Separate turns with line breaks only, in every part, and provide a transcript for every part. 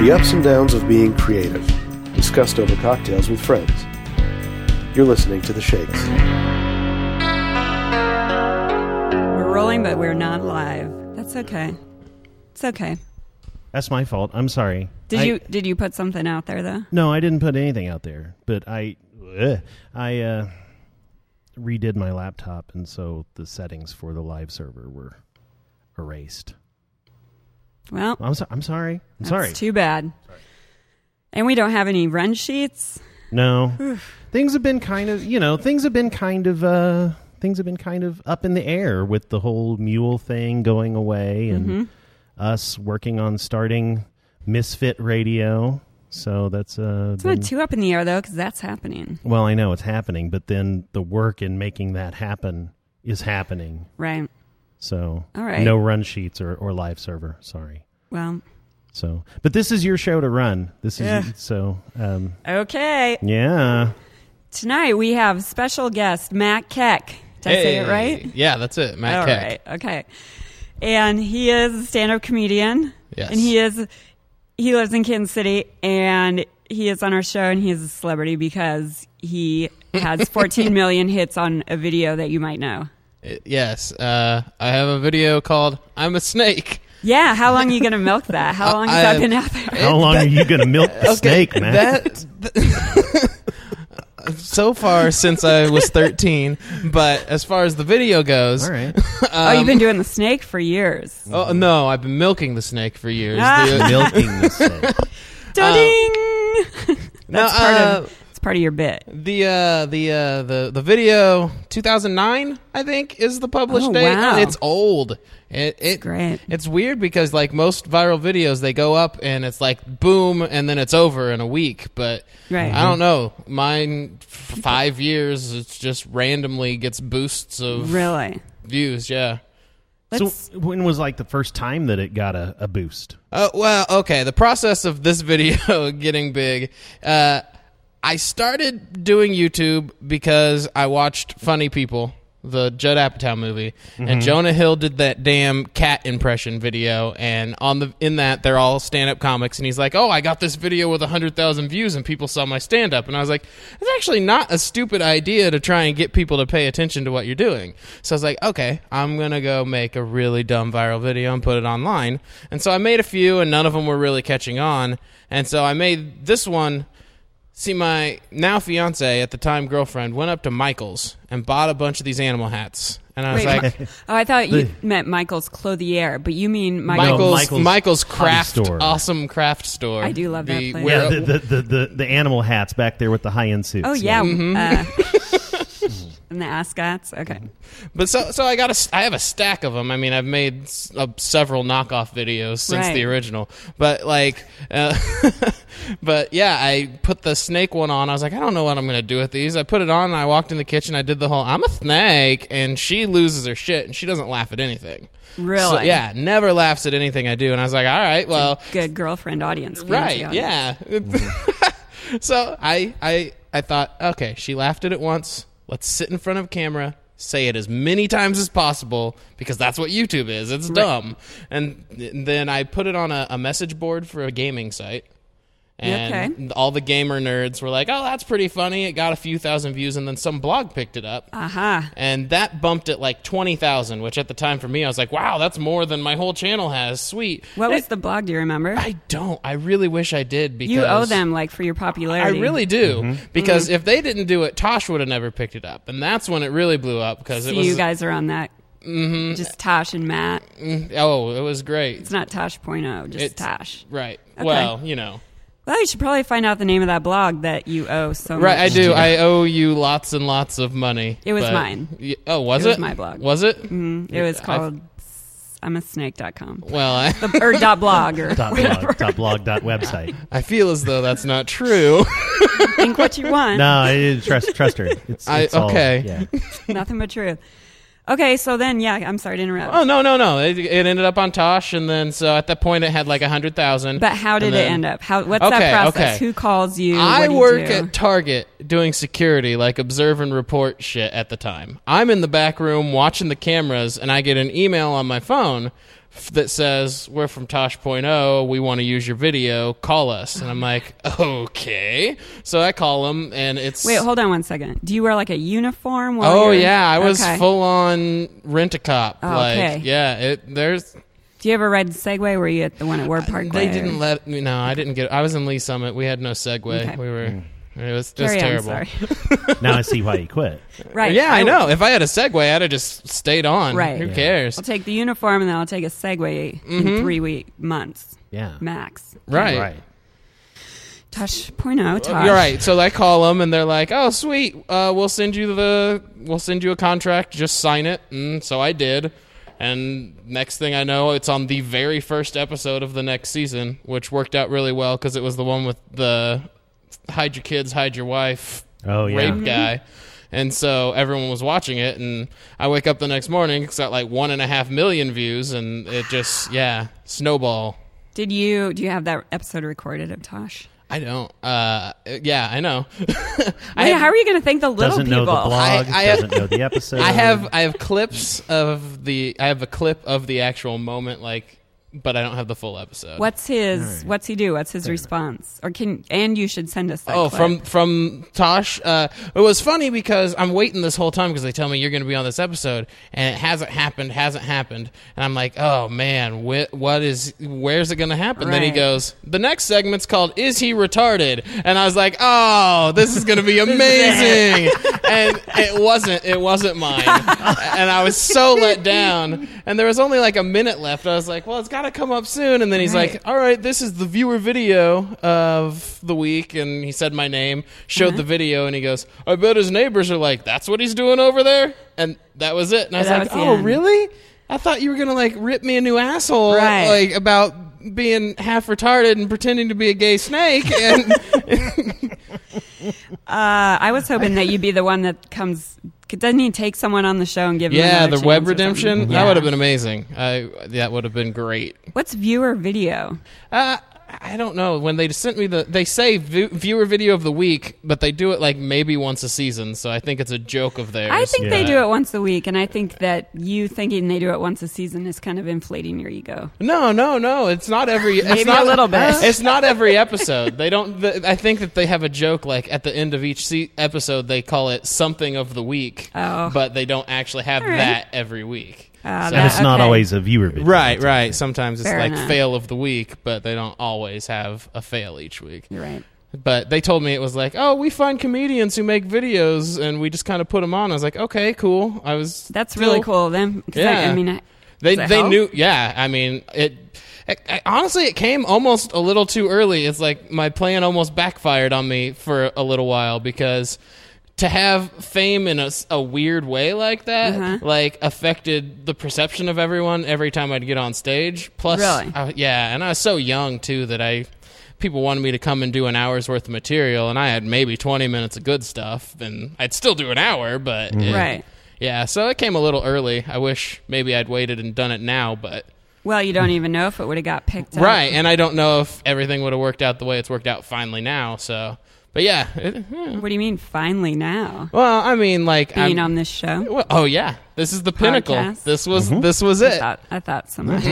The ups and downs of being creative, discussed over cocktails with friends. You're listening to The Shakes.
We're rolling, but we're not live. That's okay. It's okay.
That's my fault. I'm sorry.
Did
I-
you did you put something out there though?
No, I didn't put anything out there, but I ugh, I uh, redid my laptop, and so the settings for the live server were erased.
Well,
I'm so, I'm sorry. I'm
that's
sorry.
too bad. And we don't have any run sheets.
no, things have been kind of you know things have been kind of uh, things have been kind of up in the air with the whole mule thing going away and
Mm-hmm.
us working on starting Misfit Radio. So that's uh,
It's
been-
not too up in the air though, because that's happening,
Well, I know it's happening, but then the work in making that happen is happening.
right?
So,
All right.
no run sheets or, or live server. Sorry.
Well,
So, but this is your show to run. This is
Yeah.
so. Um,
okay.
yeah.
Tonight we have special guest Matt Keck. Did I say it
Hey.
right?
Yeah, that's it. Matt
All
Keck.
right. Okay. And he is a stand up comedian.
Yes.
And he is he lives in Kansas City and he is on our show and he is a celebrity because he has 14 million hits on a video that you might know.
Uh, Yes, uh, I have a video called "I'm a Snake."
Yeah, how long are you going to milk that? How long has
I-
that been out
um,
there?
How long are you going to milk the snake, man?
That th- so far since I was 13, but as far as the video goes,
All right.
oh, you've been doing the snake for years.
oh no, I've been milking the snake for years.
Ah.
The-
Milking the snake.
Da-ding!
no,
That's part
uh,
of it's part of your bit.
the uh, the uh, the the video 2009 I think is the published
Oh,
date
wow.
and it's old. It, it
great.
It's weird because like most viral videos they go up and it's like boom and then it's over in a week, but
Right.
I don't know. Mine f- 5 years it's just randomly gets boosts of
Really.
views, yeah.
Let's
So, when was like the first time that it got a, a boost?
Uh, well, okay. The process of this video getting big. Uh, I started doing YouTube because I watched Funny People, the Judd Apatow movie, and Jonah Hill did that damn cat impression video. And on the in that, they're all stand up comics, and he's like, "Oh, I got this video with hundred thousand views, and people saw my stand up." And I was like, "It's actually not a stupid idea to try and get people to pay attention to what you're doing." So I was like, "Okay, I'm gonna go make a really dumb viral video and put it online." And so I made a few, and none of them were really catching on. And so I made this one. See, my now fiance at the time girlfriend went up to Michael's and bought a bunch of these animal hats, and I was
wait.
like,
Mi- oh, I thought you meant Michael's clothier, but you mean Michael's
Michael's,
No, Oh, Michael's
Michael's
hobby
craft
store.
awesome craft store.
I do love that place.
where-
Yeah, the, the, the, the, the animal hats back there with the high end suits.
Oh yeah, uh,
Mm-hmm.
and the ascots. Okay,
but so so I got a s- I have a stack of them. I mean, I've made s- uh, several knockoff videos since
Right.
the original. But like, uh, but yeah, I put the snake one on. I was like, I don't know what I'm gonna do with these. I put it on. and I walked in the kitchen. I did the whole I'm a snake, and she loses her shit, and she doesn't laugh at anything.
really?
So, yeah, never laughs at anything I do. And I was like, all right, well,
Good girlfriend audience. for you,
right,
Gianna.
yeah. so I, I, I thought, okay, she laughed at it once. Let's sit in front of camera, say it as many times as possible because that's what YouTube is. It's dumb. And th- then I put it on a, a message board for a gaming site. And
Okay.
all the gamer nerds were like, "Oh, that's pretty funny." It got a few thousand views, and then some blog picked it up
Aha.
and that bumped it like 20,000, which at the time for me, I was like, wow, that's more than my whole channel has. Sweet.
What
And
was the blog? Do you remember?
I don't. I really wish I did because
You owe them Mm-hmm. like for your popularity.
I really do because if they didn't do it, Tosh would have never picked it up, and that's when it really blew up because
So
it was
you guys are on that. Mm-hmm. Just Tosh and Matt.
oh, it was great,
It's not Tosh point oh, just
It's-
Tosh.
right? Well, you know,
Well, you should probably find out the name of that blog that you owe so much.
right? I do.
to.
I owe you lots and lots of money.
It was
but-
mine.
Y- oh, was
It
it?
was my blog. Mm-hmm.
Was it?
It was
I've-
called I'm a snake.com.
Well, I,
or dot blog or
Top blog, top blog, dot website.
I feel as though that's not true.
think what you want.
No, it, trust trust her. It's,
I-
it's all-
okay.
yeah.
Nothing but truth. Okay, so then yeah, I'm sorry to interrupt.
Oh no no no! It, it ended up on Tosh, and then so at that point it had like a hundred thousand.
But how did it end up? How what's
Okay,
that process?
okay.
Who calls you?
I
What do you
work
do?
at Target doing security, like observe and report shit. At the time, I'm in the back room watching the cameras, and I get an email on my phone f- that says we're from Tosh.0, we want to use your video, call us. And I'm like, okay. So I call them, and it's
Wait, hold on one second. Do you wear like a uniform? while
oh
you're-
yeah, I was
Okay.
full on rent a cop.
Oh,
like
okay.
yeah, it there's
Do you ever ride Segway? Were you at the one at Ward Parkway?
Uh, they
or-
didn't let me. No, I didn't get. I was in Lee Summit. We had no Segway.
Okay.
We were. It was just
Carry on,
terrible.
sorry.
now I see why you quit.
right.
Yeah, I know. If I had a Segway, I'd have just stayed on.
Right.
Who
Yeah.
cares?
I'll take the uniform and then I'll take a Segway in three week months
Yeah.
max.
Mm-hmm. Right.
Right.
Tosh point oh, Tosh.
You're right. So I call them and they're like, "Oh, sweet. Uh, we'll send you the we'll send you a contract. Just sign it." And so I did. And next thing I know, it's on the very first episode of the next season, which worked out really well because it was the one with the hide your kids, hide your wife
Oh yeah.
Mm-hmm.
rape guy. And so everyone was watching it, and I wake up the next morning. It's got like one and a half million views, and it just yeah snowball.
Did you do you have that episode recorded of Tosh?
I don't. Uh, yeah, I know. I
Wait,
have,
how are you going to thank the little
Doesn't know
people?
the blog.
I- I-
doesn't know the episode.
I have I have clips of the I have a clip of the actual moment, like, but I don't have the full episode.
What's his? What's he do? What's his response? Or can and you should send us that.
Oh,
clip.
from from Tosh. Uh, it was funny because I'm waiting this whole time because they tell me you're going to be on this episode, and it hasn't happened, hasn't happened, and I'm like, oh man, wh- what is? Where's it going to happen? Then he
Right.
goes, the next segment's called "Is He Retarded?" and I was like, oh, this is going to be amazing, and it wasn't. It wasn't mine, and I was so let down. And there was only like a minute left. I was like, well, it's got to come up soon, and then he's
Right.
like, all right, this is the viewer video of the week. And he said my name, showed
Mm-hmm.
the video, and he goes, I bet his neighbors are like, that's what he's doing over there. And that was it. And I was
That
like,
was the
oh,
end.
really? I thought you were going to like rip me a new asshole
Right.
like about being half retarded and pretending to be a gay snake. And
Uh, I was hoping that you'd be the one that comes. Doesn't he take someone on the show and give? them
yeah,
another
the
chance
web
or something?
redemption,
Yeah.
that would have been amazing. I, that would have been great.
What's viewer video?
Uh, I don't know. When they sent me the, they say vi- viewer video of the week, but they do it like maybe once a season. So I think it's a joke of theirs.
I think they
Yeah.
do it once a week, and I think that you thinking they do it once a season is kind of inflating your ego.
No, no, no. It's not every. It's
Maybe
not
a little bit.
It's not every episode. They don't. th I think that they have a joke like at the end of each se- episode they call it something of the week.
Oh.
But they don't actually have
All right.
that every week.
Uh,
So-
And it's not
Okay.
always a viewer video.
Right, right. Sometimes it's
Fair
like
enough.
fail of the week, but they don't always have a fail each week.
You're right.
But they told me it was like, oh, we find comedians who make videos and we just kind of put them on. I was like, okay, cool. I was
That's
still-
really cool. of Them, 'cause I,
Yeah.
I mean, I,
They
does it
they
help?
knew. Yeah, I mean it. I, I, honestly, it came almost a little too early. It's like my plan almost backfired on me for a little while because to have fame in a, s- a weird way like that
Uh-huh.
like affected the perception of everyone every time I'd get on stage. Plus,
Really?
I- yeah, and I was so young too that I people wanted me to come and do an hour's worth of material, and I had maybe twenty minutes of good stuff, and I'd still do an hour, but it-
Right.
yeah, so it came a little early. I wish maybe I'd waited and done it now, but
Well, you don't even know if it would have got picked up.
right, and I don't know if everything would have worked out the way it's worked out finally now. So, but yeah, it- yeah.
What do you mean? Finally, now
well, I mean, like,
being
I'm-
on this show.
well, oh yeah, this is the pinnacle.
Podcast.
This was this was it.
I thought, I thought so much.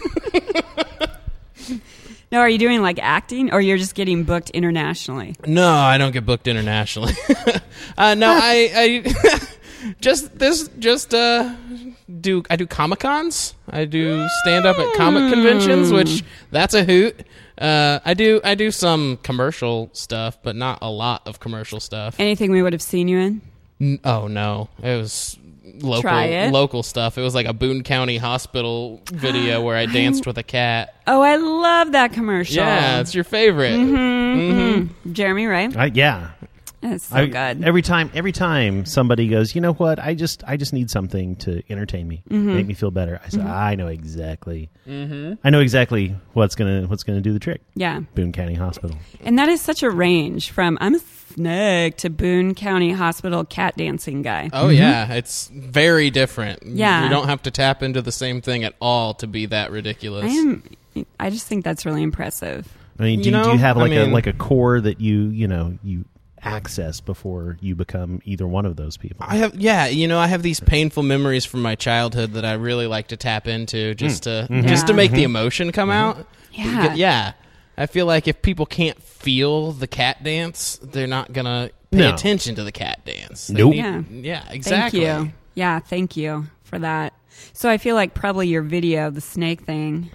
Mm-hmm.
no, are you doing like acting, or you're just getting booked internationally?
No, I don't get booked internationally. uh, no, I, I just this just uh, do I do comic cons. I do stand up at
Hmm.
comic conventions, which that's a hoot. Uh, I do I do some commercial stuff, but not a lot of commercial stuff.
Anything we would have seen you in?
N- oh no, it was local
Try it.
local stuff. It was like a Boone County hospital video where I danced with a cat.
Oh, I love that commercial.
Yeah, it's your favorite.
Mm-hmm. Jeremy, right?
I, yeah.
That's
Oh,
so
I,
good.
Every time, every time somebody goes, you know what? I just, I just need something to entertain me,
Mm-hmm.
make me feel better. I said, I know exactly. I know exactly what's gonna, what's gonna do the trick.
yeah.
Boone County Hospital.
And that is such a range from I'm a snake to Boone County Hospital cat dancing guy.
Oh yeah, it's very different.
Yeah.
you don't have to tap into the same thing at all to be that ridiculous.
I am. I just think that's really impressive.
I mean, do
You
you, do
know,
you have
I
like a
mean-
like a core that you you know you access before you become either one of those people.
I have, yeah, you know, I have these painful memories from my childhood that I really like to tap into just to just to
Yeah.
make the emotion come out.
Yeah.
Beca- yeah. I feel like if people can't feel the cat dance, they're not gonna pay
No.
attention to the cat dance. They
Nope.
need-
Yeah.
yeah, exactly.
Thank you. Yeah, thank you for that. So I feel like probably your video, the snake thing,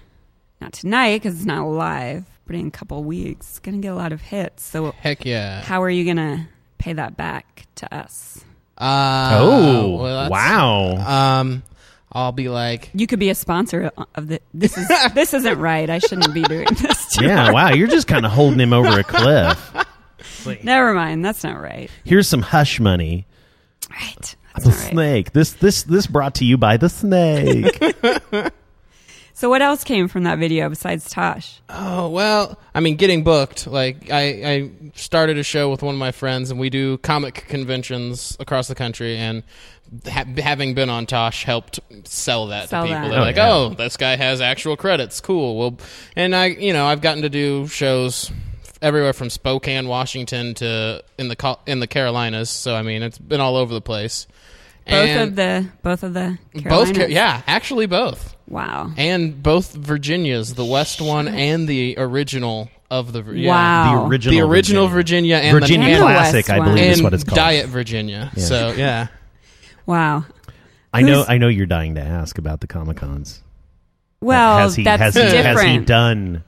not tonight because it's not live, but in a couple weeks, it's going to get a lot of hits. So
Heck yeah.
how are you going to pay that back to us?
Uh,
oh,
well, that's-
wow.
Um, I'll be like,
You could be a sponsor of the. This is this isn't right. I shouldn't be doing this. To
yeah, wow. You're just kind of holding him over a cliff.
Never mind. That's not right.
Here's some hush money.
Right.
The
That's not right.
snake. This this this brought to you by the snake.
So what else came from that video besides Tosh?
oh well. I mean, getting booked. Like, I I started a show with one of my friends, and we do comic conventions across the country. And ha- having been on Tosh helped sell that
Sell
to people.
that.
They're
Oh,
like,
yeah.
oh, this guy has actual credits. Cool. Well, and I, you know, I've gotten to do shows everywhere from Spokane, Washington, to in the Col- in the Carolinas. So I mean, it's been all over the place.
Both
And-
of the both of the
both,
Carolinas?
Ca- yeah, actually both.
Wow.
and both Virginias, the West one and the original of the yeah.
Wow.
the
Oh.
original,
the original Virginia, and
Virginia
And
the
the
Classic,
West
I
one.
believe,
and
is what it's called.
Diet Virginia. So yeah,
Wow.
I know.
Who's-
I know you're dying to ask about the Comic Cons.
Well,
has he
that's
has he,
different.
has he done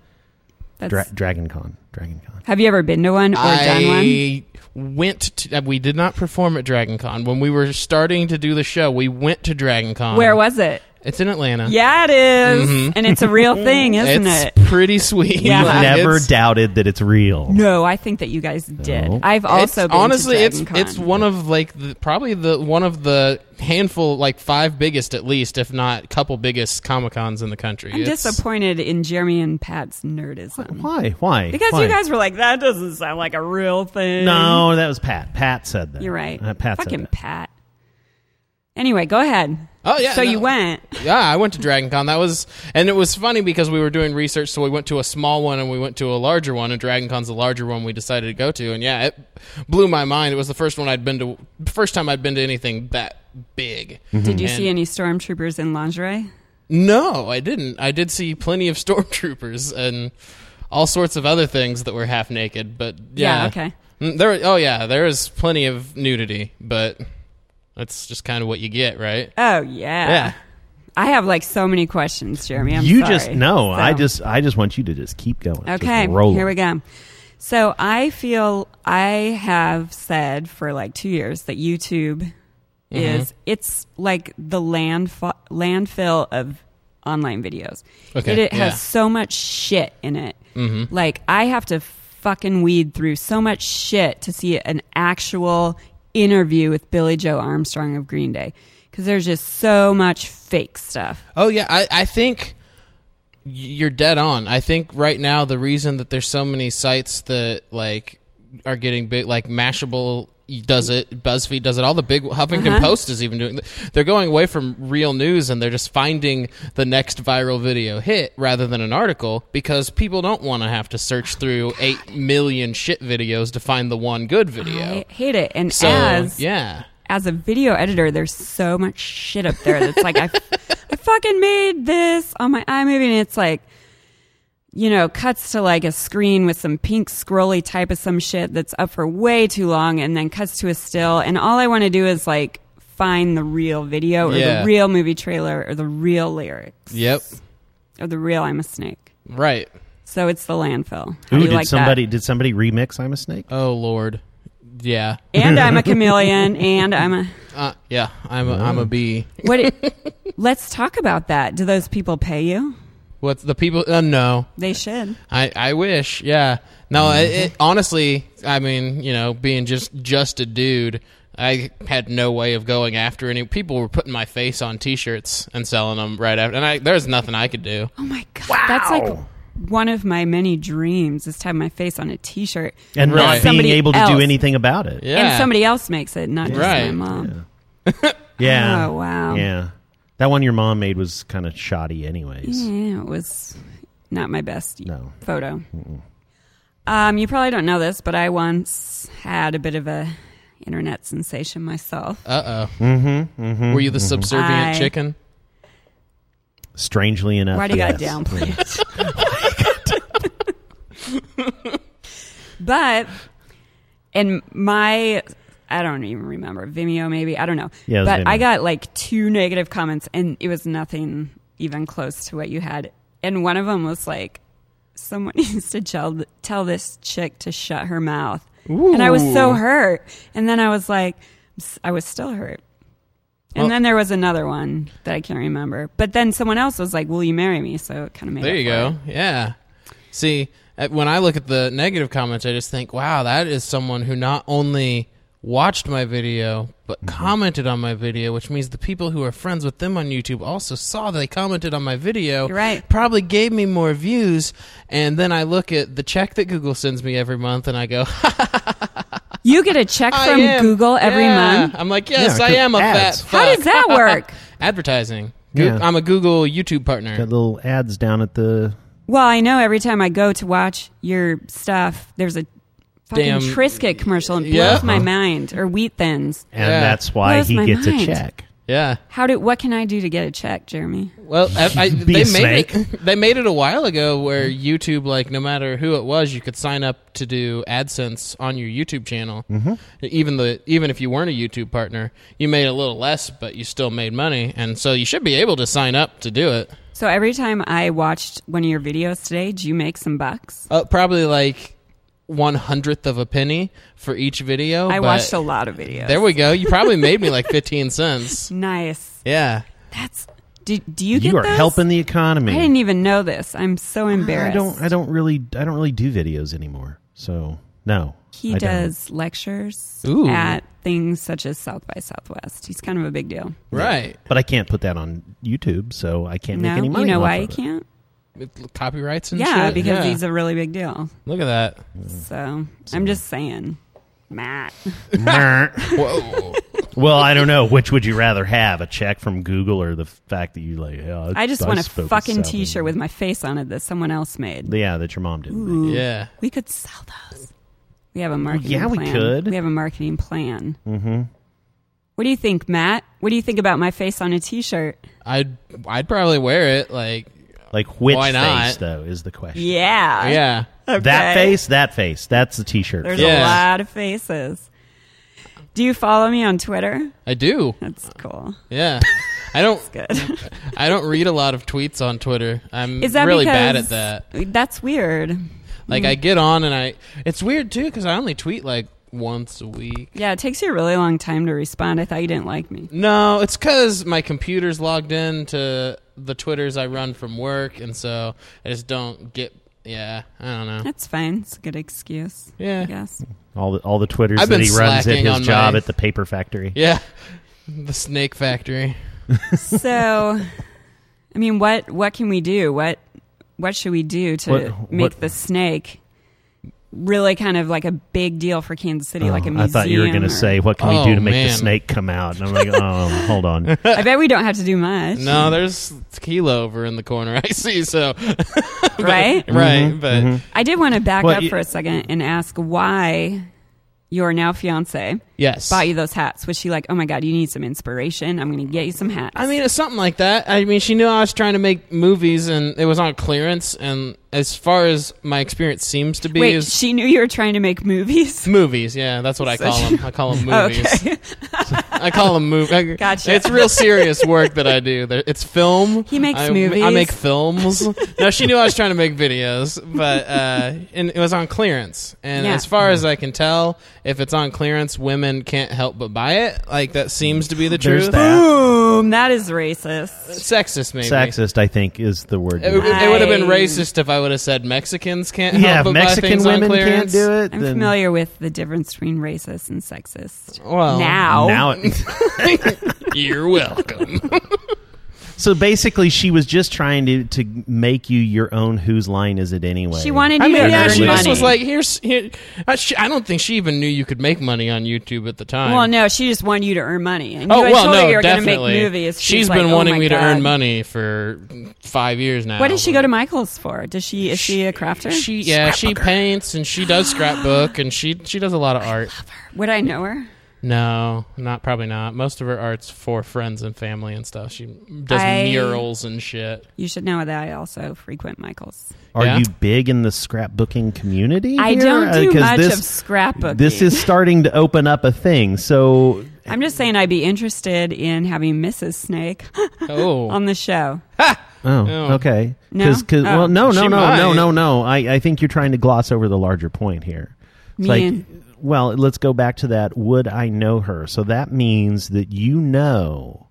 That's-
Dra- Dragon Con? Dragon Con.
have you ever been to one or done one?
I went. to... uh, We did not perform at Dragon Con when we were starting to do the show. We went to Dragon Con.
Where was it?
it's in Atlanta?
Yeah, it is. and it's a real thing, isn't
Mm-hmm. it's
it?
pretty sweet.
Yeah.
Like,
Never
it's-
doubted that it's real.
Uh, No, I think that you guys did.
No.
I've also
it's,
been
honestly
to
it's
Dragon
it's
Con.
one of like the, probably the one of the handful like five biggest at least if not couple biggest comic cons in the country.
I'm
It's-
disappointed in Jeremy and Pat's nerdism
Why? Why?
because
Why?
you guys were like, "That doesn't sound like a real thing."
No, that was Pat. Pat said that.
you're right.
Uh, Pat
Fucking
said that.
Pat. Anyway, go ahead.
Oh, yeah,
So
no.
you went.
yeah, I went to Dragon Con. That was and it was funny because we were doing research, so we went to a small one and we went to a larger one, and Dragon Con's the larger one we decided to go to, and yeah, it blew my mind. It was the first one I'd been to, first time I'd been to anything that big.
Did you
And-
see any stormtroopers in lingerie?
No, I didn't. I did see plenty of stormtroopers and all sorts of other things that were half naked, but yeah.
Yeah, okay.
Mm, There oh yeah, there is plenty of nudity, but that's just kind of what you get, right?
Oh yeah.
Yeah.
I have like so many questions, Jeremy. I'm
you
sorry.
just no. I
So-
just I just want you to just keep going. Just
Okay,
roll
here we
it.
go. So I feel I have said for like two years that YouTube
Mm-hmm.
is it's like the landf- landfill of online videos.
Okay,
it, it
yeah. Mm-hmm.
has so much shit in it. Like I have to fucking weed through so much shit to see an actual interview with Billy Joe Armstrong of Green Day because there's just so much fake stuff.
Oh yeah, I, I think y- you're dead on. I think right now the reason that there's so many sites that like are getting big, like Mashable does it, BuzzFeed does it, all the big Huffington Post is even doing. They're going away from real news and they're just finding the next viral video hit rather than an article because people don't want to have to search through eight million shit videos to find the one good video.
I hate it. And
so
as
yeah.
as a video editor, there's so much shit up there that's like, I, I fucking made this on my iMovie. And it's like, you know, cuts to like a screen with some pink scrolly type of some shit that's up for way too long and then cuts to a still. And all I want to do is like find the real video or
Yeah.
the real movie trailer or the real lyrics
Yep.
or the real I'm a snake.
Right.
So it's the landfill. How do
Ooh,
you
did
like that? Uh,
somebody did somebody remix I'm a snake?
Oh lord. Yeah.
And I'm a chameleon and I'm a.
Uh, yeah. I'm a, I'm a bee.
What? It, let's talk about that. Do those people pay you?
What's the people? Uh, no,
They should.
I, I wish. Yeah, no. I It, honestly, I mean, you know, being just just a dude, I had no way of going after any people. Were putting my face on T-shirts and selling them right after, and I there's nothing I could do.
Oh my god, that's like one of my many dreams is to have my face on a T-shirt
And
Right.
not being
Somebody
able to do
else.
anything about it.
Yeah,
and somebody else makes it, not just my
Right.
mom.
Yeah.
Oh, wow.
Yeah. That one your mom made was kind of
Hmm.
shoddy, anyways.
Yeah. it was not my best
No.
photo. Um, you probably don't know this, but I once had a bit of a internet sensation myself.
Uh oh. Mm-hmm, Were you the subservient
I-
chicken?
Strangely enough,
Why do you
yes.
gotta downplay it? but and my I don't even remember Vimeo maybe I don't know.
Yeah, it was
but I
Vimeo.
got like two negative comments and it was nothing even close to what you had. And one of them was like, "Someone needs to tell tell this chick to shut her mouth." And I was so
Ooh.
hurt. And then I was like, I was still hurt. And
Well-
then there was another one that I can't remember. But then someone else was like, "Will you marry me?" So it kind of made.
There
up
you
for it.
go. Yeah. See, uh, when I look at the negative comments, I just think, wow, that is someone who not only watched my video but
Mm-hmm.
commented on my video, which means the people who are friends with them on YouTube also saw they commented on my video.
You're right.
Probably gave me more views, and then I look at the check that Google sends me every month, and I go,
You get a check
I
from
am.
Google every
Yeah.
month.
I'm like, yes,
Yeah,
I
'cause
am a
ads.
fat.
How
fuck."
does that work?
Advertising. Goo-
Yeah.
I'm a Google YouTube partner.
Got little ads down at the
Well, I know every time I go to watch your stuff, there's a fucking
Damn.
Triscuit commercial and blows
Yeah.
my mind. Or Wheat Thins.
and
Yeah.
that's why
Blows
he
my
gets a
mind.
check.
Yeah.
How do? What can I do to get a check, Jeremy?
Well, I, I,
Be
they
a
made
snake.
it. They made it a while ago where YouTube, like, no matter who it was, you could sign up to do AdSense on your YouTube channel. Mm-hmm. Even the even if you weren't a YouTube partner, you made a little less, but you still made money, and so you should be able to sign up to do it.
So every time I watched one of your videos today, do you make some bucks?
Uh, probably like one hundredth of a penny for each video.
I
but
watched a lot of videos.
There we go. You probably made me like fifteen cents.
nice.
Yeah.
That's. Do, do you get
You are
those?
helping the economy.
I didn't even know this. I'm so
I
embarrassed.
don't. I don't really. I don't really do videos anymore. So no,
He
I don't.
does lectures
Ooh.
at things such as South by Southwest. He's kind of a big deal.
Right.
But I can't put that on YouTube, so I can't
no,
make any money.
you know
off
why
of
you
it.
can't?
It- Copyrights and
Yeah,
shit.
because he's a really big deal.
look at that.
Mm.
So I'm just saying, Matt.
Whoa.
well, I don't know. Which would you rather have? A check from Google or the fact that you like? yeah,
I just want a
spoke at
fucking
Southern.
T-shirt with my face on it that someone else made.
Yeah, that your mom didn't. make.
Ooh,
yeah.
we could sell those. We have a marketing.
yeah, we
plan.
could.
We have a marketing plan. Mm-hmm. What do you think, Matt? What do you think about my face on a T-shirt?
I'd I'd probably wear it. Like,
Like which
Why not?
face though is the question.
Yeah,
yeah,
That
Okay.
face, that face. That's the T-shirt.
There's
Yeah.
a lot of faces. Do you follow me on Twitter?
I do.
That's cool.
Yeah, I don't.
Good.
I don't read a lot of tweets on Twitter. I'm
Is that
really
because Mm.
bad at that.
That's weird.
Like, I get on and I. It's weird too because I only tweet like once a week.
Yeah, it takes you a really long time to respond. I thought you didn't like me.
No, it's because my computer's logged in to the Twitters I run from work, and so I just don't get. Yeah, I don't know.
That's fine. It's a good excuse.
Yeah.
I guess.
all the all the twitters
I've
that
been
he runs at
slacking
his
on
job
my-
at the paper factory.
Yeah, the Snake Factory.
So, I mean, what what can we do? What what should we do to
What-
make
what-
the snake really kind of like a big deal for Kansas City, like a
Oh,
museum?
I thought you were going
or-
to say, "What can
Oh,
we do to make the
man.
snake come out?" And I'm like, "Oh, hold on."
I bet we don't have to do much,
No, there's tequila over in the corner. I see. So
right?
right, but
I did want to back
Well,
up
you-
for a second and ask why your now fiance
yes,
bought you those hats. Was she like, "Oh my god, you need some inspiration. I'm going to get you some hats."
I mean, it's something like that. I mean, she knew I was trying to make movies, and it was on clearance. And as far as my experience seems to be,
Wait,
is
she knew you were trying to make movies.
movies. Yeah, that's what I call them. I call them movies.
Okay.
I call them movies.
Gotcha.
It's real serious work that I do. There- It's film.
He makes
I,
movies.
I make films. no, she knew I was trying to make videos, but uh, and it was on clearance. And
Yeah.
as far as I can tell, if it's on clearance, women can't help but buy it. Like that seems to be the
There's
truth.
that.
Boom, that is racist.
Sexist, maybe.
Sexist, I think, is the word.
It,
you
would- it would have been
I-
racist if I would have said Mexicans can't help
yeah, if
but buy
Mexican
things
women
on
can't
clearance.
do it.
I'm
then
familiar with the difference between racist and sexist.
Well,
now,
Now, it,
you're welcome.
So basically, she was just trying to, to make you your own. Whose line is it anyway?
She wanted you
I mean,
to
yeah,
earn
she
money.
just was like, "Here's." Here, I, she, I don't think she even knew you could make money on YouTube at the time.
well, no, she just wanted you to earn money. And
Oh
you had
well,
told her
no,
you were going to
definitely.
make movies. She's
She's been
like, oh
wanting
my
me to
God.
earn money for five years now.
What does she go to Michael's for? Does she is she a crafter?
She yeah, she paints and she does scrapbook and she she does a lot of art.
Would I know her?
No, not probably not. Most of her art's for friends and family and stuff. She does
I-
murals and shit.
You should know that I also frequent Michael's.
Are
Yeah.
you big in the scrapbooking community?
I
here?
don't
Uh,
do
'cause
much
this,
of scrapbooking.
This is starting to open up a thing. So
I'm just saying I'd be interested in having Mrs. Snake
Oh,
on the show.
Oh,
Oh.
okay.
No?
Cause, 'cause-
Oh.
well, no, no,
She
no,
might.
no, no, no. I, I think you're trying to gloss over the larger point here.
Me
It's like,
and-
well, let's go back to that. Would I know her? So that means that you know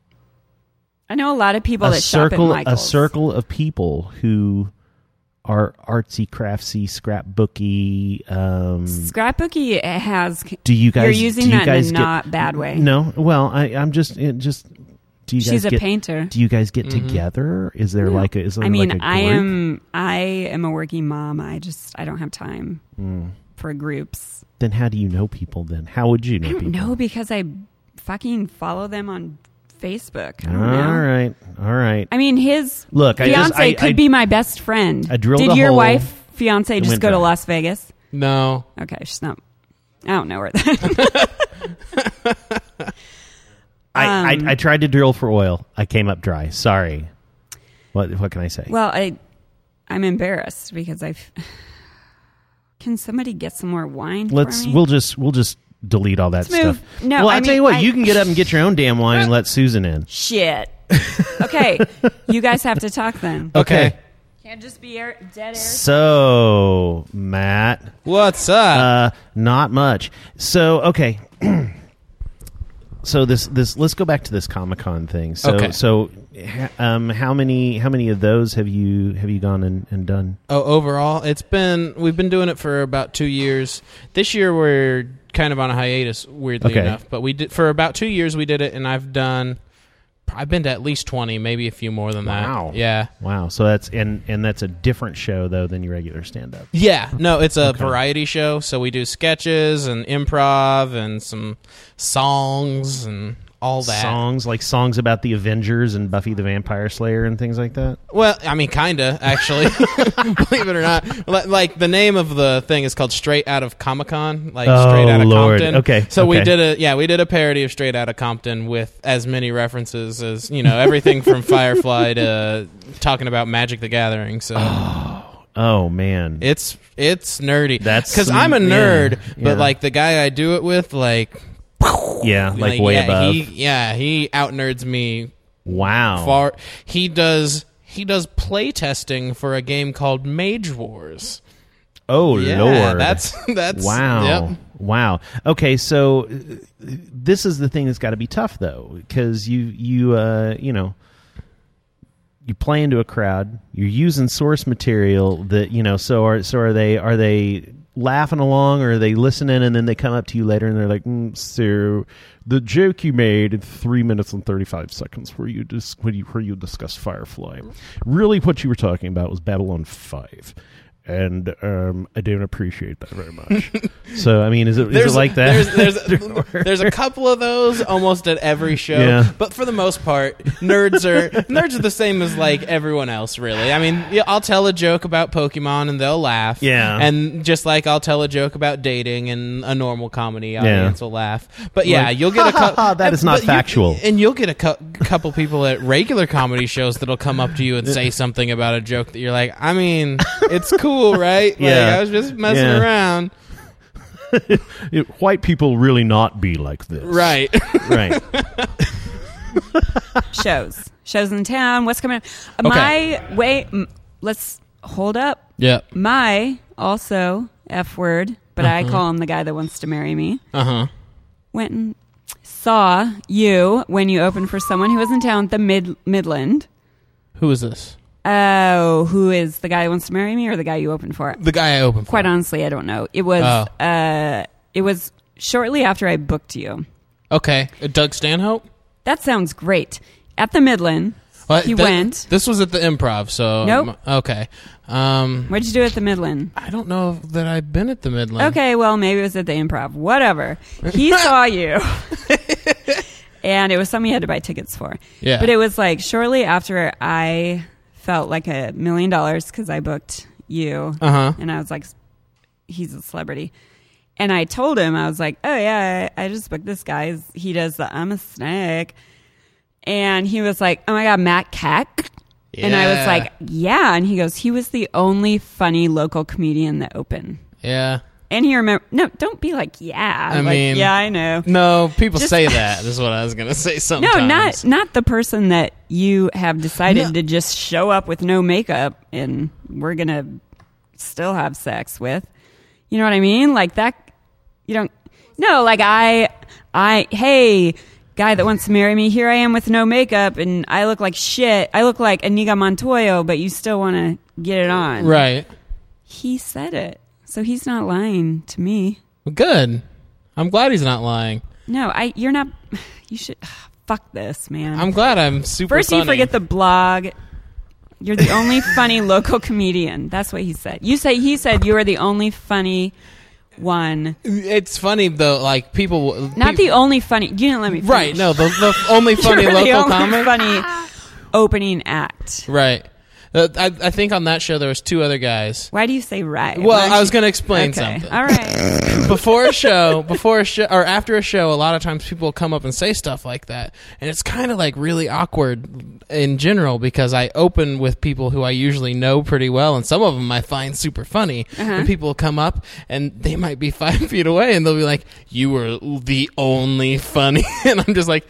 I know a lot of people
a
that
circle,
shop at
a
Michael's.
circle of people who are artsy, craftsy, scrapbooky. Um,
Scrapbooky has.
do you guys?
You're using
do you
that in a
guys get-
not bad way.
No. Well, I, I'm just, it just. Do you
She's
guys
a
get,
painter.
Do you guys get together? Is there like a? Is there
I mean,
like a
I
group?
am. I am a working mom. I just I don't have time
Hmm.
for groups.
Then how do you know people? Then how would you know
I don't
people?
know because I fucking follow them on Facebook. I
All
don't know.
right, all right.
I mean, his
Look, I
fiance
just- I-
could
I-
be my best friend.
I drilled
Did
a
your
hole
wife fiance
and
just
went
go to
back.
Las Vegas?
no.
Okay, she's not. I don't know her. That.
I, I I
Um,
tried to drill for oil. I came up dry. Sorry. What what can I say?
well, I I'm embarrassed because I've. Can somebody get some more wine? for
let's
me?
we'll just we'll just delete all that
Let's move.
stuff.
No,
well,
I
I'll tell
mean,
you what.
I-
you can get up and get your own damn wine and let Susan in.
Shit. Okay, you guys have to talk then.
Okay.
Can't just be air, dead air.
So Matt,
What's up?
uh, not much. So okay. so this this let's go back to this Comic Con thing. So
Okay.
so ha- um, how many how many of those have you have you gone and, and done?
oh, overall, it's been we've been doing it for about two years. This year we're kind of on a hiatus, weirdly
Okay.
enough. But we did for about two years we did it, and I've done. I've been to at least twenty, maybe a few more than that.
Wow.
Yeah.
Wow. So that's and and that's a different show though than your regular stand up.
Yeah, no, it's a variety show, so we do sketches and improv and some songs and all that.
Songs like songs about the Avengers and Buffy the Vampire Slayer and things like that.
Well, I mean, kinda actually, believe it or not. Li- Like the name of the thing is called Straight Out of Comic Con, like
Oh,
Straight Out of
Lord.
Compton.
Okay,
so we
okay.
did a yeah, we did a parody of Straight Out of Compton with as many references as you know, everything from Firefly to talking about Magic the Gathering. So.
Oh man.
It's it's nerdy.
That's
because
some-
I'm a
yeah,
nerd,
yeah.
but like the guy I do it with, like
yeah, like, way
yeah,
above.
He, yeah, he out nerds me
wow.
far. He does he does play testing for a game called Mage Wars.
oh
Yeah,
lord.
that's that's
wow.
Yep.
Wow. Okay, so uh, this is the thing that's got to be tough though cuz you you uh you know you play into a crowd. You're using source material that you know. So are so are they are they laughing along or are they listening and then they come up to you later and they're like, mm, "So the joke you made in three minutes and thirty five seconds where you just when you where you discussed Firefly, really what you were talking about was Babylon Five. And um, I don't appreciate that very much. so I mean, is it, is it like that?
There's, there's, there's a couple of those almost at every show,
Yeah.
but for the most part, nerds are nerds are the same as like everyone else. Really, I mean, yeah, I'll tell a joke about Pokemon and they'll laugh.
Yeah.
and just like I'll tell a joke about dating and a normal comedy audience will laugh. But yeah,
Like,
you'll get
"Ha,
a
ha, ha,
couple.
that is not factual.
and you'll get a cou- couple people at regular comedy shows that'll come up to you and say something about a joke that you're like, I mean, it's cool, right? Like,
Yeah.
I was just messing
Yeah.
around.
It- white people really not be like this,
Right.
Right.
shows, shows in town. What's coming up? Uh,
Okay.
My wait, m- let's hold up.
yep.
My also f word, but I
Mm-hmm.
call him the guy that wants to marry me.
Uh huh.
Went and saw you when you opened for someone who was in town, at the Mid Midland.
Who is this?
Oh, who is the guy that wants to marry me, or the guy you opened for?
The guy I opened for.
Quite honestly, I don't know. It was
Oh.
uh, it was shortly after I booked you.
Okay. Uh, Doug Stanhope?
That sounds great. At the Midland.
Well,
He
thi-
went.
This was at the improv, so
Nope.
um, okay. Um,
What'd you do at the Midland?
I don't know that I've been at the Midland.
Okay, well, maybe it was at the improv. Whatever. He saw you. and it was something you had to buy tickets for.
Yeah.
But it was like shortly after I felt like a million dollars because I booked you.
Uh huh.
And I was like, he's a celebrity. And I told him, I was like, oh, yeah, I I just booked this guy. He's- He does the I'm a snake. And he was like, oh my God, Matt Keck. And I was
Yeah.
like, yeah. And he goes, he was the only funny local comedian that opened.
Yeah.
And he remember no, don't be like, yeah.
I
like,
mean-
yeah, I know.
No, people
Just-
say that. That's what I was gonna say.
No,
Sometimes.
not not the person that you have decided
No.
to just show up with no makeup and we're gonna still have sex with. You know what I mean? Like that you don't No, like I I hey, guy that wants to marry me, here I am with no makeup and I look like shit. I look like Aniga Montoyo, but you still wanna get it on.
Right.
He said it. So he's not lying to me.
Well, Good. I'm glad he's not lying.
No, I. You're not. You should. Fuck this, man.
I'm glad I'm super.
First, you
funny.
forget the blog. You're the only funny local comedian. That's what he said. You say he said you were the only funny one,
It's funny though. Like people.
not
peop-
the only funny. You didn't let me. Finish.
Right. No. The, the only funny
You're
local
the only
comic.
funny opening act.
Right. Uh, I, I think on that show there was two other guys.
Why do you say right?
Well,
Why don't
I was
you-
going to explain
okay.
something.
All right.
before a show, before a show, or after a show, a lot of times people come up and say stuff like that, and it's kind of like really awkward in general because I open with people who I usually know pretty well, and some of them I find super funny.
Uh-huh.
And people come up and they might be five feet away, and they'll be like, "You were the only funny," and I'm just like.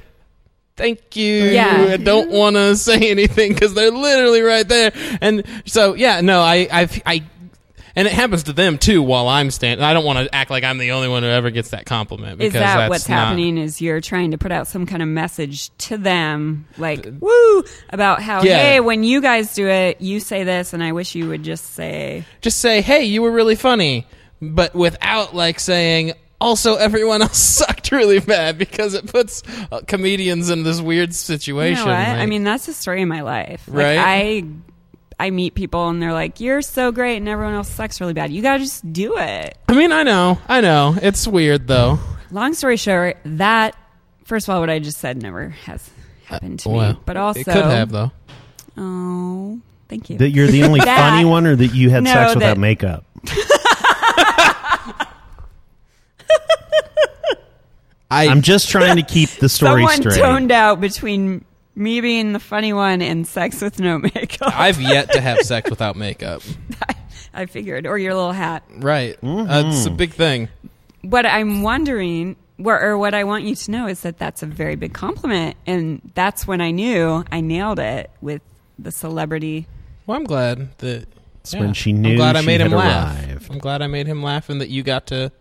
Thank you.
Yeah.
I don't want to say anything because they're literally right there. And so, yeah, no, I, I've, I and it happens to them too while I'm standing. I don't want to act like I'm the only one who ever gets that compliment.
Is
Because
that
that's
what's
not-
happening? Is you're trying to put out some kind of message to them, like woo, about how
Yeah.
hey, when you guys do it, you say this, and I wish you would just say
Just say, "Hey, you were really funny," but without like saying. Also, everyone else sucked really bad because it puts uh, comedians in this weird
You know
situation.
what? I
like-
mean, that's the story of my life. Like,
Right?
I I meet people and they're like, "You're so great," and everyone else sucks really bad. You gotta just do it.
I mean, I know, I know. It's weird though.
Long story short, that first of all, what I just said never has happened to me.
Well,
But also,
it could have though.
oh, thank you.
That you're the only
That-
funny one, or that you had
No,
sex without
that-
makeup.
I
I'm just trying to keep the story
Someone
straight.
toned out between me being the funny one and sex with no makeup. I,
I've yet to have sex without makeup.
figured, or your little hat.
Right, Uh, it's
Mm-hmm.
a big thing.
what I'm wondering, wha- or what I want you to know, is that that's a very big compliment, and that's when I knew I nailed it with the celebrity.
Well, I'm glad that. That's
when she knew
I'm glad I
she
made
had
him laugh.
arrived.
I'm glad I made him laugh, and that you got to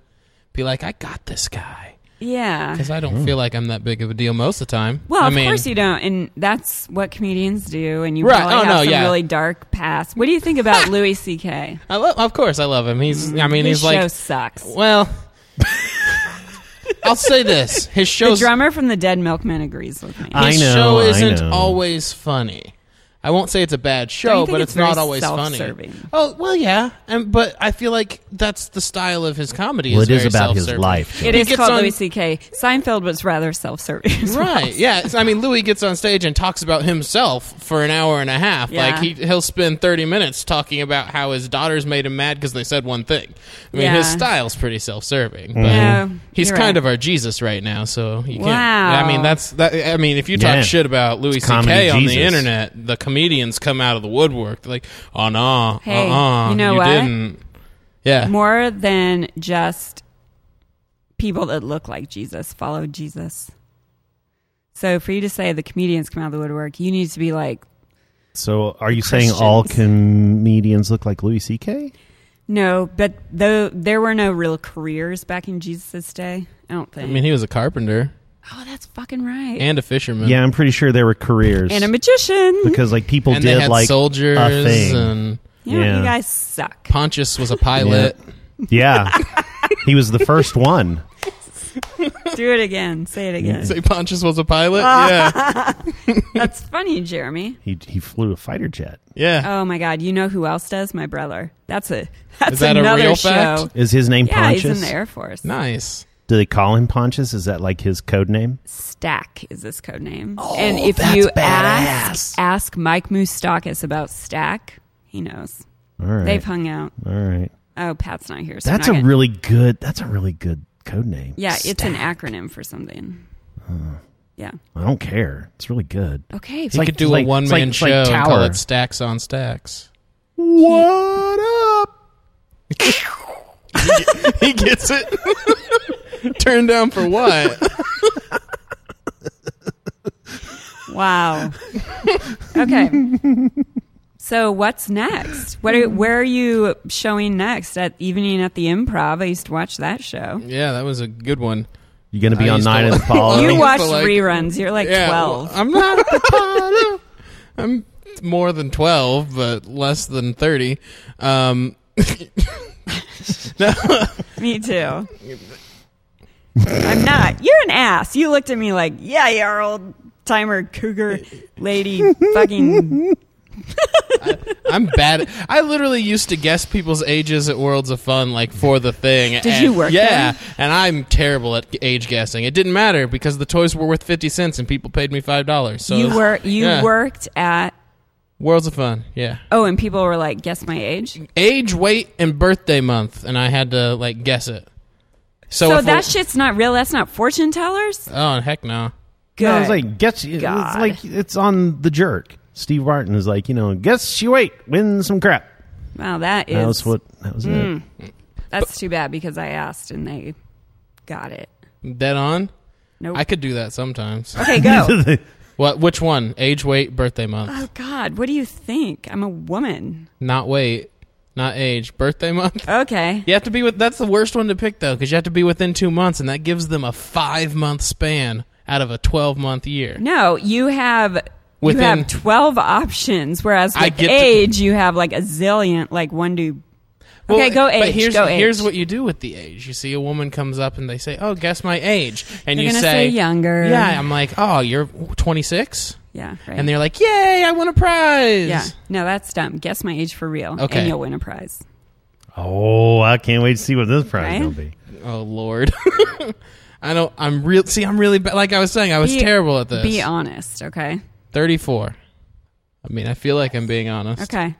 be like, "I got this guy,"
Yeah.
because I don't
Mm.
feel like I'm that big of a deal most of the time.
Well,
I
of
mean,
course you don't, and that's what comedians do. And you
Right.
probably
Oh,
have
no,
some
yeah.
really dark past. What do you think about Louis C.K.?
I love. Of course, I love him. He's. I mean,
His
he's
show
like.
sucks.
Well, I'll say this: his
The
show's
drummer from the Dead Milkmen agrees with me.
I
his
know,
show
I
isn't
know.
always funny. I won't say it's a bad
Don't
show,
you think
but
it's
it's, not
very
always funny.
self-serving?
Oh well, yeah, and but I feel like that's the style of his comedy.
Well, it is
very
about his
self-serving.
life.
It
He
is
gets
called
on-
Louis C.K. Seinfeld was rather self-serving. as well.
Right. Yeah. It's- I mean, Louis gets on stage and talks about himself for an hour and a half.
Yeah.
Like he he'll spend thirty minutes talking about how his daughters made him mad because they said one thing. I mean, his
Yeah.
style's pretty self-serving.
Mm-hmm.
But
No,
he's
you're
kind
right.
of our Jesus right now. So you can't.
Wow.
I mean, that's that. I mean, if you talk
Yeah.
shit about Louis
comedy
C.K. on the
Jesus.
internet, the comedians come out of the woodwork. They're like, oh no,
Hey,
uh-uh,
you know what?
didn't. Yeah.
more than just people that look like Jesus follow Jesus. So for you to say the comedians come out of the woodwork, you need to be like,
So, are you saying all comedians look like Louis C.K.?
no, but though there were no real careers back in Jesus' day, I don't
I
think.
mean, he was a carpenter
oh, that's fucking right.
and a fisherman.
Yeah, I'm pretty sure there were careers
And a magician.
because like people
And
did
they had
like
soldiers
a thing.
and.
you, know,
yeah.
you guys suck.
Pontius was a pilot.
yeah, he was the first one.
Do it again. Say it again.
Say Pontius was a pilot. Yeah,
That's funny, Jeremy.
He he flew a fighter jet.
yeah.
Oh my God! You know who else does? My brother. That's a that's
Is that a
another
real
show.
fact?
Is his name
Yeah,
Pontius?
he's in the Air Force.
nice.
Do they call him Pontius? Is that like his code name?
Stack is his code name.
Oh,
and if you ask ask Mike Moustakis about Stack, he knows.
All right.
They've hung out.
All right.
Oh, Pat's not here. So
That's a
I'm not gonna-
really good. That's a really good code name.
yeah. It's an
Stack.
acronym for something. Yeah.
I don't care. It's really good.
Okay.
He
like-
could do
it's like-
a
it's
one
like-
man
it's
show
like
and call
Tower.
it Stacks on Stacks.
What up?
he gets it. Turned down for what?
Wow. Okay. So what's next? What are, where are you showing next? At Evening at the Improv. I used to watch that show.
Yeah, that was a good one.
You gonna be
I
on
used to
Nine and
love-
Apollo?
I
You
used
watch
to like-
reruns. You're like
Yeah, well,
twelve.
I'm not Apollo. I'm more than twelve, but less than thirty. Um,
Me too. I'm not. You're an ass. You looked at me like, yeah, you're old timer cougar lady fucking.
I'm bad. at- I literally used to guess people's ages at Worlds of Fun, like for the thing. Did
you work
Yeah,
there?
and I'm terrible at age guessing. It didn't matter because the toys were worth fifty cents and people paid me five dollars. So
you were. You
yeah.
worked at.
Worlds of Fun. Yeah,
Oh, and people were like, guess my age.
age, weight, and birthday month, and I had to like guess it.
Oh,
So,
So
if
that
it-
shit's not real. That's not fortune tellers.
oh heck no.
Good.
I was like, guess you. It's
God.
like it's on the jerk. Steve Martin is like, you know, guess you wait, win some crap.
wow, that is.
That was what. That was
Hmm.
it.
that's too bad because I asked and they got it.
Dead on.
Nope.
I could do that sometimes.
okay, go.
What? Which one? Age, weight, birthday month.
oh God, what do you think? I'm a woman.
Not weight. Not age. Birthday month.
Okay.
You have to be with. That's the worst one to pick though, because you have to be within two months, and that gives them a five month span out of a twelve month year.
No, you have
Within-
you have twelve options, whereas with
I get to-
age you have like a zillion, like one to. okay, go age.
But here's
go age.
here's what you do with the age. You see a woman comes up and they say, "Oh, guess my age," and
You're
you
gonna say
say,
younger.
Yeah, I'm like, "Oh, you're 26,"
Yeah. Right.
and they're like, "Yay, I won a prize!"
yeah. No, that's dumb. Guess my age for real,
Okay.
and you'll win a prize.
Oh, I can't wait to see what this prize
Right?
is gonna be.
Oh Lord. I don't. I'm real. See, I'm really bad. Like I was saying, I was
Be-
terrible at this.
Be honest, okay?
34. I mean, I feel like I'm being honest.
Okay.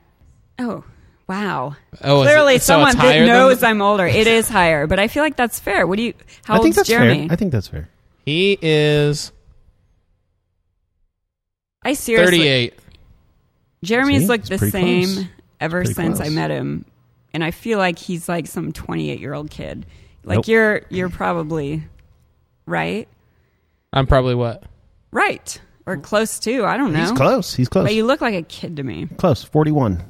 Oh, wow.
Oh, is it-
Clearly,
so it's
someone
higher
that
than-
knows I'm older. It is higher, but I feel like that's fair. What do you? How
I think
old's
that's
Jeremy?
fair. I think that's fair.
He is
I seriously.
38.
Jeremy's
See?
looked
It's
the
pretty close.
same ever
Pretty
since
close.
I met him, and I feel like he's like some twenty-eight-year-old kid. Like
Nope.
you're, you're probably right,
I'm probably what?
right, or close to. I don't know.
He's close. He's close.
But you look like a kid to me.
close. Forty-one.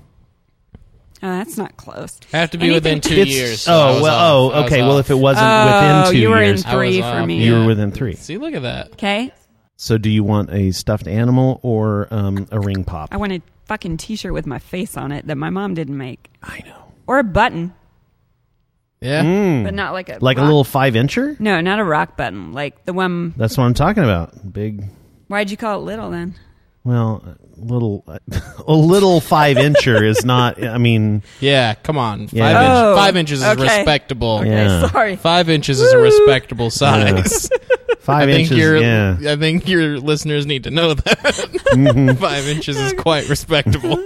Oh, that's not close.
I have to be
Anything-
within two
It's-
years. so I
Oh
was
well.
off. I
Oh
was
okay. Well,
off.
if it wasn't
Oh,
within two
you were
years,
in three
I was
for
off.
me.
you were within three.
See, look at that.
Okay,
So, do you want a stuffed animal or um, a ring pop?
I want a fucking T-shirt with my face on it that my mom didn't make,
I know.
or a button,
Yeah.
Mm.
but not like a
Hmm. Like a
rock-
little five incher?
No, not a rock button. Like the one.
That's what I'm talking about. Big,
Why'd you call it little then?
well, a little, a little five incher is not. I mean,
Yeah. Come on.
Yeah.
Five,
Oh,
inch, five inches is
okay.
respectable.
Okay,
Yeah.
sorry.
Five inches is a respectable size.
five
I think
inches.
your
yeah. Mm-hmm.
I think your listeners need to know that five inches is quite respectable.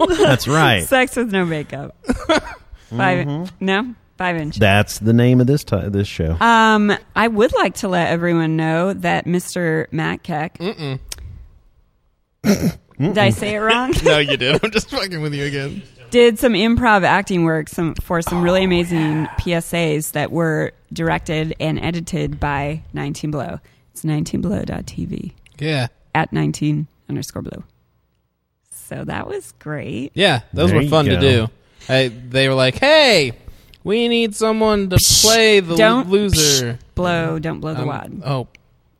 That's right.
Sex with no makeup. 5
Mm-hmm.
no, five inch.
That's the name of this ti this show.
um, I would like to let everyone know that Mr. Matt Keck. Did I say it wrong?
no, you did. I'm just fucking with you again.
Did some improv acting work some for some really amazing PSAs that were directed and edited by 19 Below. It's 19below.tv
Yeah.
at 19 underscore below. So that was great.
Yeah, those
There
were
you
fun to
go.
do. I, they were like, "Hey, we need someone to play the
Don't
loser."
Blow, don't blow the
Um,
wad.
oh,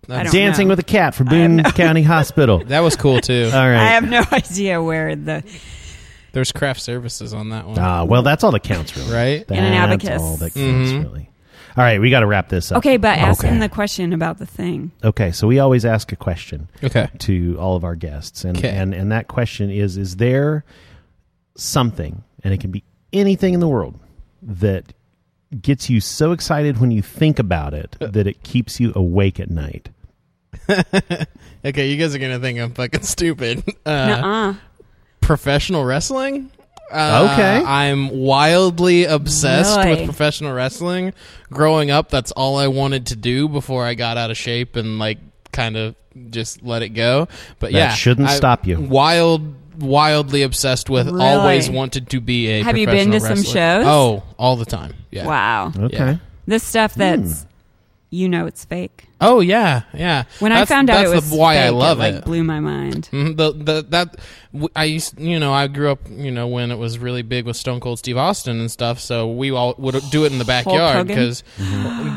I don't
Dancing
know.
with a cat for Boone County Hospital.
that was cool too.
All
I
right.
have no idea where the
There's craft services on that one,
Ah, well, that's all that counts, really.
right?
That's
And an abacus.
all that counts,
Mhm.
really. All right, we got to wrap this up.
Okay, but ask
Okay.
him the question about the thing.
Okay, so we always ask a question
Okay.
to all of our guests, and
Okay.
and and that question is: Is there something, and it can be anything in the world, that gets you so excited when you think about it
Uh,
that it keeps you awake at night?
Okay, you guys are gonna think I'm fucking stupid. Uh,
Nuh-uh.
Professional wrestling. Uh,
Okay.
I'm wildly obsessed with
Really?
professional wrestling. Growing up, that's all I wanted to do before I got out of shape and like kind of just let it go. But
That
yeah,
shouldn't
I-
stop you.
Wild, wildly obsessed with.
Really?
Always wanted to be a.
Have you
professional
been to some
wrestler.
shows?
Oh, all the time. Yeah.
Wow.
Okay,
Yeah.
This
Hmm.
stuff that's you know it's fake.
Oh yeah, yeah.
When
That's-
I found out
that's
it was
the, why I
fake,
love
it, like,
it.
blew my mind.
Mhm, The, the that w- I used you know I grew up you know when it was really big with Stone Cold Steve Austin and stuff so we all would do it in the backyard
Hogan?
because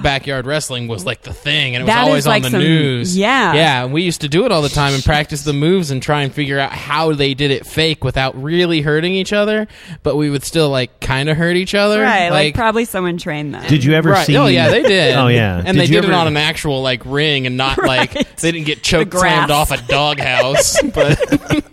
backyard wrestling was like the thing and it was
That is
always on
like
the
some-
news
yeah.
yeah and we used to do it all the time and practice the moves and try and figure out how they did it fake without really hurting each other but we would still like kind of hurt each other
Right, like, probably someone trained them.
did you ever
right.
see?
Oh yeah, they did.
Oh yeah,
and they
you
did it
ever-
on an actual like ring and not like
Right.
they didn't get choked
The grass.
slammed off a doghouse. but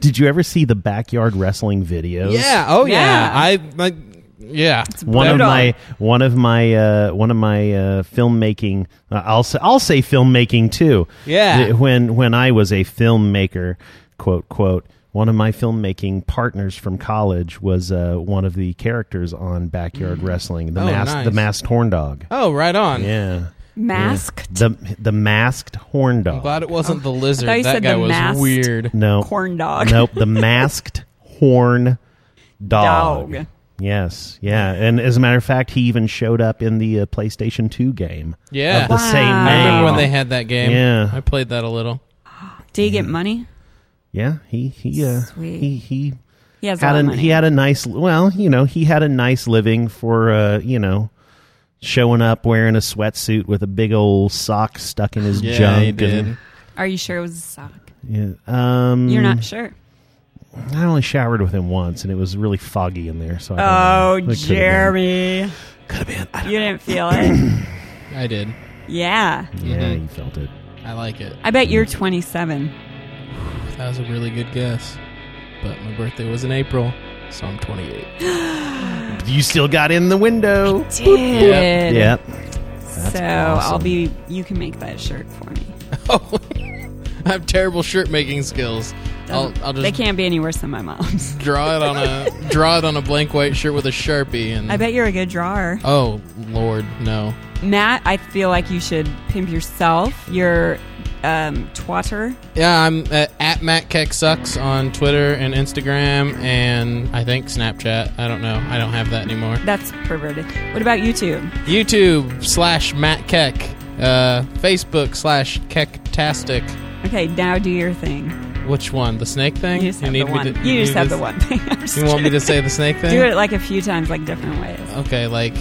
Did you ever see the backyard wrestling videos?
yeah, oh yeah,
Yeah.
I like yeah.
one of
Brutal.
my one of my uh, one of my uh, filmmaking. Uh, I'll say I'll say filmmaking too.
Yeah.
Th- when when I was a filmmaker, quote quote. One of my filmmaking partners from college was uh, one of the characters on Backyard Wrestling, the
Oh,
masked
nice.
the masked horn dog.
Oh, right on.
Yeah,
masked
the the masked horn dog.
Glad it wasn't the lizard.
I thought you
That
said
guy
the
was
masked-
weird.
no
corn dog?
Nope, the masked horn dog.
Dog.
Yes, yeah, and as a matter of fact, he even showed up in the uh, PlayStation Two game.
Yeah.
of the same
Wow.
I remember when
name.
they had that game.
Yeah.
I played that a little.
Did he get
Mm-hmm.
money?
yeah, he he uh,
Sweet.
he he
He has a
had
lot of
a
money.
he had a nice well, you know, he had a nice living for uh, you know, showing up wearing a sweatsuit with a big old sock stuck in his
Yeah,
junk.
he did.
and-
Are you sure it was a sock?
yeah, um,
You're not sure.
I only showered with him once, and it was really foggy in there. So I
Oh,
don't know. It could've been-
Jeremy.
could've been. I don't-
You didn't feel it.
I did.
yeah.
yeah, you felt it.
I like it.
I bet you're 27.
That was a really good guess. But my birthday was in April, so I'm 28.
You still got in the window.
Did.
Yep.
So
awesome.
I'll be, you can make that shirt for me.
Oh, I have terrible shirt making skills. I'll, I'll
Um, they
just
can't be any worse than my mom's.
draw it on a draw it on a blank white shirt with a sharpie and
I bet you're a good drawer.
oh lord no
Matt, I feel like you should pimp yourself, your um, twatter.
yeah i'm uh, at matt keck sucks on twitter and instagram and i think snapchat i don't know i don't have that anymore
That's perverted. What about YouTube?
youtube slash matt keck uh, facebook slash kecktastic
Okay, now do your thing.
which one the snake thing
You just have the
me
one.
to-
you just
need
have
to-
the one thing. I'm just
you want me to
kidding.
say the snake thing
do it like a few times, like different ways.
okay like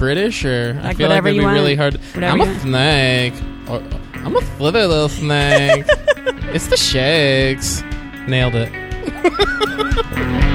british or i
Like
feel like
whatever
that'd
you
be
want.
really hard
Whatever
i'm a
you want.
snake or, i'm a flipper little snake it's the shakes nailed it